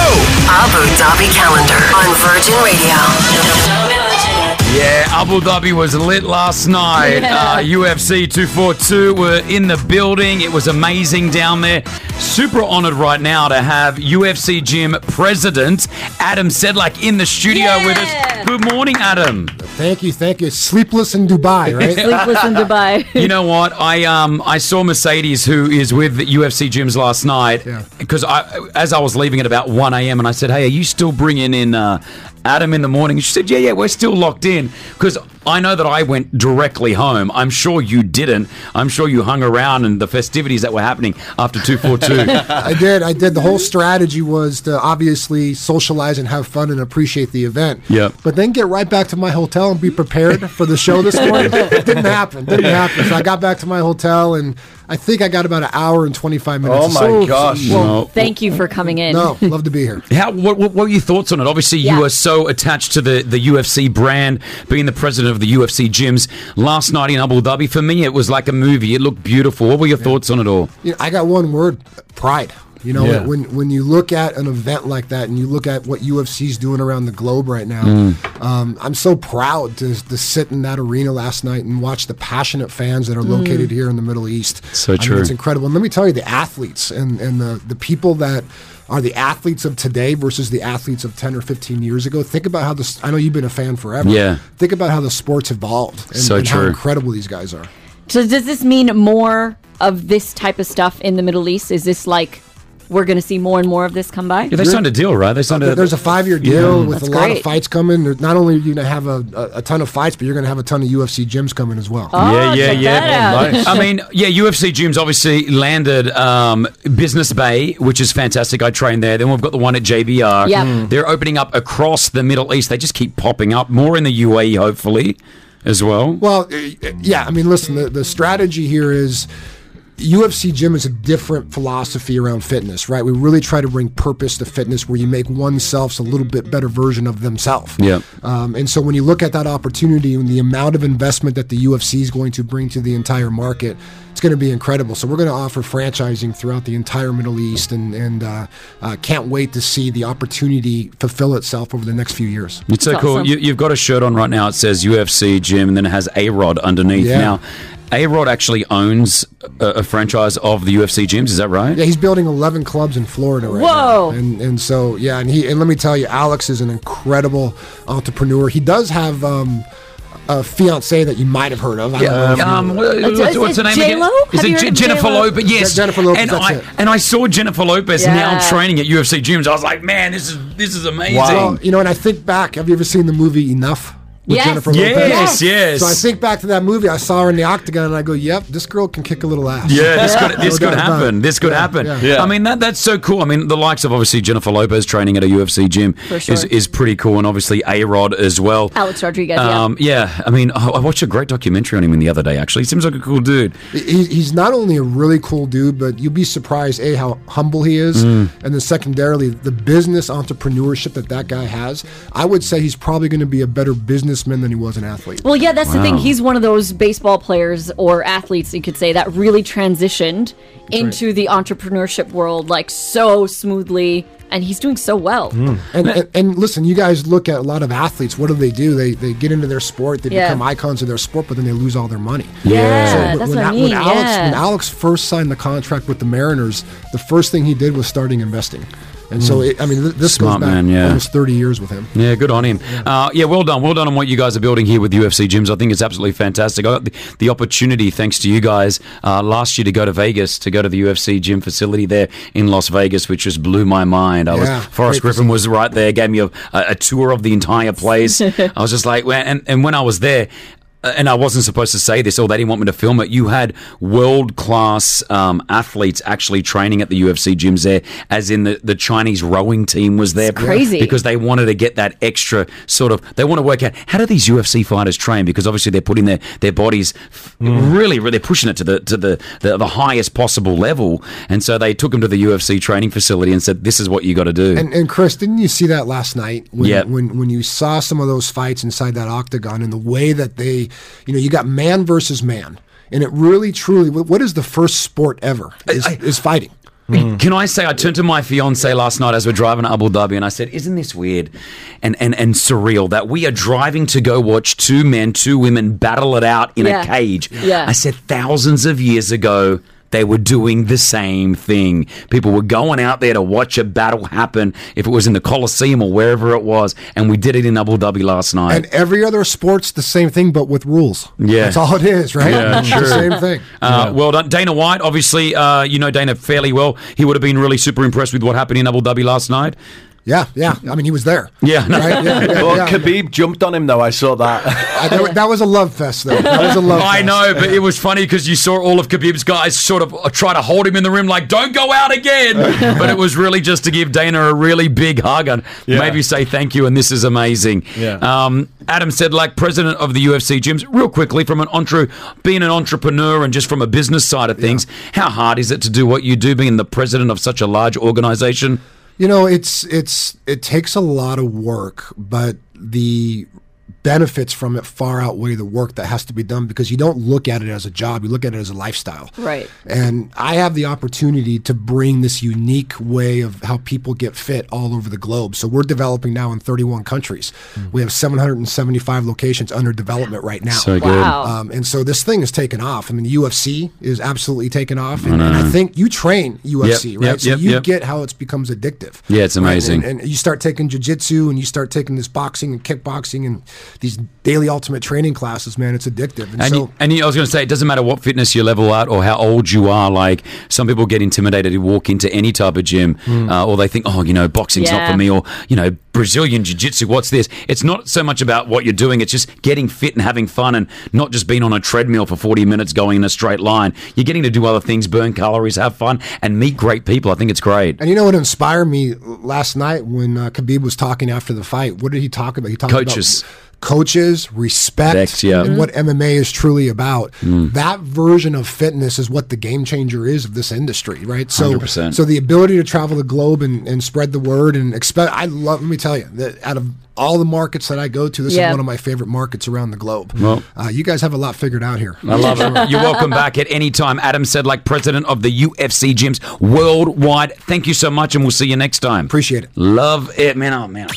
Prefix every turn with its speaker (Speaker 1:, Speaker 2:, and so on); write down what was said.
Speaker 1: Abu Dhabi calendar on Virgin Radio.
Speaker 2: Yeah, Abu Dhabi was lit last night. Uh, UFC 242 were in the building. It was amazing down there. Super honored right now to have UFC Gym president Adam Sedlak in the studio with us. Good morning, Adam.
Speaker 3: Thank you, thank you. Sleepless in Dubai, right?
Speaker 4: Sleepless in Dubai.
Speaker 2: You know what? I um I saw Mercedes who is with the UFC gyms last night
Speaker 3: Yeah.
Speaker 2: because I as I was leaving at about 1 a.m. and I said, "Hey, are you still bringing in uh, Adam in the morning?" She said, "Yeah, yeah, we're still locked in because I know that I went directly home. I'm sure you didn't. I'm sure you hung around and the festivities that were happening after 242.
Speaker 3: I did, I did. The
Speaker 5: Mm-hmm.
Speaker 3: whole strategy was to obviously socialize and have fun and appreciate the event.
Speaker 2: Yep.
Speaker 3: But then get right back to my hotel and be prepared for the show this morning. it didn't happen. Didn't happen. So I got back to my hotel and I think I got about an hour and twenty five minutes.
Speaker 5: Oh my
Speaker 3: So-
Speaker 5: gosh.
Speaker 3: well,
Speaker 4: Thank you for coming in.
Speaker 3: no, love to be here.
Speaker 2: How what, what what were your thoughts on it? Obviously,
Speaker 4: Yeah.
Speaker 2: you are so attached to the the UFC brand, being the president of the UFC gyms. Last night in Abu Dhabi, for me, it was like a movie. It looked beautiful. What were your thoughts on it all?
Speaker 3: you know, I got one word: pride. You know,
Speaker 2: Yeah.
Speaker 3: when when you look at an event like that, and you look at what UFC's doing around the globe right now,
Speaker 2: Mm.
Speaker 3: um, I'm so proud to, to sit in that arena last night and watch the passionate fans that are located here in the Middle East.
Speaker 2: So
Speaker 3: I mean,
Speaker 2: true.
Speaker 3: it's incredible. And let me tell you, the athletes and and the the people that are the athletes of today versus the athletes of 10 or 15 years ago. Think about how this. I know you've been a fan forever.
Speaker 2: Yeah.
Speaker 3: Think about how the sport's evolved and,
Speaker 2: So
Speaker 3: and how
Speaker 2: true.
Speaker 3: incredible these guys are.
Speaker 4: So does this mean more of this type of stuff in the Middle East? Is this like we're going to see more and more of this come by?
Speaker 2: Yeah, they signed a deal, right? They signed a.
Speaker 3: There's a five year deal with
Speaker 4: That's
Speaker 3: a lot
Speaker 4: great.
Speaker 3: of fights coming. There- Not only are you going to have a, a, a ton of fights, but you're going to have a ton of UFC gyms coming as well.
Speaker 4: Oh, check that out.
Speaker 5: Nice.
Speaker 2: I mean, yeah, UFC gyms obviously landed um, Business Bay, which is fantastic. I train there. Then we've got the one at JBR.
Speaker 4: Yep. Mm.
Speaker 2: They're opening up across the Middle East. They just keep popping up. More in the UAE, hopefully, as well.
Speaker 3: Well, uh, yeah, I mean, listen, the, the strategy here is UFC gym is a different philosophy around fitness, right? We really try to bring purpose to fitness where you make oneself a little bit better version of themselves.
Speaker 2: Yeah.
Speaker 3: Um, and so when you look at that opportunity and the amount of investment that the UFC is going to bring to the entire market, it's going to be incredible. So we're going to offer franchising throughout the entire Middle East, and and uh, uh, can't wait to see the opportunity fulfill itself over the next few years.
Speaker 2: It's so
Speaker 4: That's
Speaker 2: cool.
Speaker 4: awesome.
Speaker 2: You, you've got a shirt on right now. It says UFC Gym, and then it has A Rod underneath.
Speaker 3: Yeah.
Speaker 2: Now, A Rod actually owns a, a franchise of the UFC gyms. Is that right?
Speaker 3: Yeah, he's building 11 clubs in Florida right
Speaker 4: Whoa.
Speaker 3: now. And and so yeah, and he and let me tell you, Alex is an incredible entrepreneur. He does have um, a fiance that you might have heard of. I don't know if you-
Speaker 2: Um, what-
Speaker 4: Is-
Speaker 2: what's,
Speaker 4: is
Speaker 2: what's
Speaker 4: it
Speaker 2: her name
Speaker 4: J-Lo?
Speaker 2: again? Is
Speaker 4: Have you
Speaker 2: it
Speaker 4: heard
Speaker 2: J-
Speaker 4: of
Speaker 2: Jennifer
Speaker 4: J-Lo?
Speaker 2: Lopez? Yes,
Speaker 3: Yeah, Jennifer Lopez,
Speaker 2: And
Speaker 3: that's
Speaker 2: I
Speaker 3: it.
Speaker 2: and I saw Jennifer Lopez now
Speaker 4: Yeah.
Speaker 2: training at UFC gyms. I was like, man, this is this is amazing.
Speaker 3: Well, you know, and I think back. Have you ever seen the movie Enough? With
Speaker 4: Yes.
Speaker 3: Jennifer
Speaker 2: Yes,
Speaker 3: Lopez?
Speaker 2: yes.
Speaker 3: So I think back to that movie. I saw her in the octagon, and I go, "Yep, this girl can kick a little ass."
Speaker 2: Yeah, this could this
Speaker 3: No
Speaker 2: could
Speaker 3: doubt about
Speaker 2: happen.
Speaker 3: it.
Speaker 2: This could
Speaker 3: Yeah,
Speaker 2: happen.
Speaker 3: yeah.
Speaker 5: Yeah.
Speaker 2: I mean that that's so cool. I mean the likes of obviously Jennifer Lopez training at a UFC gym
Speaker 4: For sure.
Speaker 2: is is pretty cool, and obviously A Rod as well.
Speaker 4: Alex Rodriguez, yeah.
Speaker 2: Um, yeah, I mean I I watched a great documentary on him the other day. Actually, he seems like a cool dude.
Speaker 3: He, he's not only a really cool dude, but you'd be surprised a how humble he is,
Speaker 2: Mm.
Speaker 3: and then secondarily the business entrepreneurship that that guy has. I would say he's probably going to be a better businessman than he was an athlete.
Speaker 4: Well, yeah, that's the thing.
Speaker 2: Wow.
Speaker 4: He's one of those baseball players or athletes, you could say, that really transitioned into the entrepreneurship world like so smoothly, and he's doing so well.
Speaker 3: And, and, and listen, you guys look at a lot of athletes. What do they do? They they get into their sport, they
Speaker 4: Yeah.
Speaker 3: become icons of their sport, but then they lose all their money.
Speaker 4: Yeah,
Speaker 3: when-
Speaker 4: that's
Speaker 3: when,
Speaker 4: what I
Speaker 3: Al-
Speaker 4: mean.
Speaker 3: When Alex,
Speaker 4: yeah.
Speaker 3: when Alex first signed the contract with the Mariners, the first thing he did was starting investing. And so, it, I mean, th- this
Speaker 2: Mm. Smart
Speaker 3: goes back
Speaker 2: man, yeah.
Speaker 3: almost 30 years with him.
Speaker 2: Yeah, good on him. Uh, yeah, well done. Well done on what you guys are building here with UFC gyms. I think it's absolutely fantastic. I got the, the opportunity, thanks to you guys, uh, last year to go to Vegas, to go to the UFC gym facility there in Las Vegas, which just blew my mind. I
Speaker 3: Yeah,
Speaker 2: was Forrest
Speaker 3: great
Speaker 2: Griffin was right there, gave me a, a, a tour of the entire place. I was just like, well, and, and when I was there, uh, and I wasn't supposed to say this, or they didn't want me to film it. You had world class um, athletes actually training at the UFC gyms there, as in the, the Chinese rowing team was there.
Speaker 4: crazy.
Speaker 2: Because because they wanted to get that extra sort of they want to work out how do these UFC fighters train because obviously they're putting their their bodies really really pushing it to the to the, the the highest possible level and so they took them to the UFC training facility and said this is what you got to do
Speaker 3: And, and Chris, didn't you see that last night when,
Speaker 2: Yep.
Speaker 3: when when you saw some of those fights inside that octagon and the way that they, you know, you got man versus man, and it really truly, wh- what is the first sport ever is, is fighting.
Speaker 2: Can I say I turned to my fiance last night as we're driving to Abu Dhabi and I said, Isn't this weird and, and, and surreal that we are driving to go watch two men, two women battle it out in
Speaker 4: Yeah.
Speaker 2: a cage?
Speaker 4: Yeah.
Speaker 2: I said thousands of years ago they were doing the same thing. People were going out there to watch a battle happen if it was in the Colosseum or wherever it was, and we did it in Abu Dhabi last night.
Speaker 3: And every other sport's the same thing, but with rules.
Speaker 2: Yeah.
Speaker 3: that's all it is, right?
Speaker 2: Yeah,
Speaker 3: it's
Speaker 2: true.
Speaker 3: the same thing.
Speaker 2: Uh, Well done, Dana White. Obviously, uh, you know Dana fairly well. He would have been really super impressed with what happened in Abu Dhabi last night.
Speaker 3: Yeah, yeah. I mean, he was there.
Speaker 2: Yeah, no.
Speaker 3: right? yeah, yeah,
Speaker 5: Well,
Speaker 3: yeah.
Speaker 5: Khabib jumped on him though. I saw that.
Speaker 3: I- that, that was a love fest, though. That was a love.
Speaker 2: I
Speaker 3: fest.
Speaker 2: know, but it was funny because you saw all of Khabib's guys sort of uh, try to hold him in the rim, like "Don't go out again." but it was really just to give Dana a really big hug and
Speaker 5: Yeah.
Speaker 2: maybe say thank you. And this is amazing.
Speaker 5: Yeah.
Speaker 2: Um, Adam Sedlak, president of the UFC gyms, real quickly from an entre being an entrepreneur and just from a business side of things, how hard is it to do what you do, being the president of such a large organization?
Speaker 3: You know, it's it's it takes a lot of work, but the benefits from it far outweigh the work that has to be done because you don't look at it as a job, you look at it as a lifestyle.
Speaker 4: Right.
Speaker 3: And I have the opportunity to bring this unique way of how people get fit all over the globe. So we're developing now in 31 countries. We have 775 locations under development right now.
Speaker 2: So good.
Speaker 4: Wow.
Speaker 3: Um, and so this thing is taken off. I mean, the UFC is absolutely taken off. And, and I think you train UFC,
Speaker 2: Mm-hmm. Yep,
Speaker 3: right?
Speaker 2: yep,
Speaker 3: so
Speaker 2: yep,
Speaker 3: you
Speaker 2: yep.
Speaker 3: get how it becomes addictive.
Speaker 2: Yeah, it's
Speaker 3: right?
Speaker 2: amazing.
Speaker 3: And, and you start taking jujitsu and you start taking this boxing and kickboxing and these daily ultimate training classes, man, it's addictive. And,
Speaker 2: And,
Speaker 3: so.
Speaker 2: you, and you, I was going to say, it doesn't matter what fitness you level at or how old you are. Like some people get intimidated who walk into any type of gym, uh, or they think, oh, you know, boxing's not
Speaker 4: Yeah.
Speaker 2: for me, or you know, Brazilian jiu-jitsu, what's this? It's not so much about what you're doing; it's just getting fit and having fun, and not just being on a treadmill for 40 minutes going in a straight line. You're getting to do other things, burn calories, have fun, and meet great people. I think it's great.
Speaker 3: And you know what inspired me last night when uh, Khabib was talking after the fight? What did he talk about? He talked
Speaker 2: Coaches.
Speaker 3: about coaches, respect,
Speaker 2: Respect, yeah. Mm.
Speaker 3: and what MMA is truly about. That version of fitness is what the game changer is of this industry, right? So,
Speaker 2: 100%.
Speaker 3: so the ability to travel the globe and, and spread the word and expect. I love. Let me tell you that out of all the markets that I go to, this
Speaker 4: Yeah.
Speaker 3: is one of my favorite markets around the globe.
Speaker 2: Well-
Speaker 3: uh, you guys have a lot figured out here.
Speaker 2: I love it. You're welcome back at any time. Adam said, like president of the UFC gyms worldwide. Thank you so much, and we'll see you next time.
Speaker 3: Appreciate it.
Speaker 2: Love it, man. Oh man.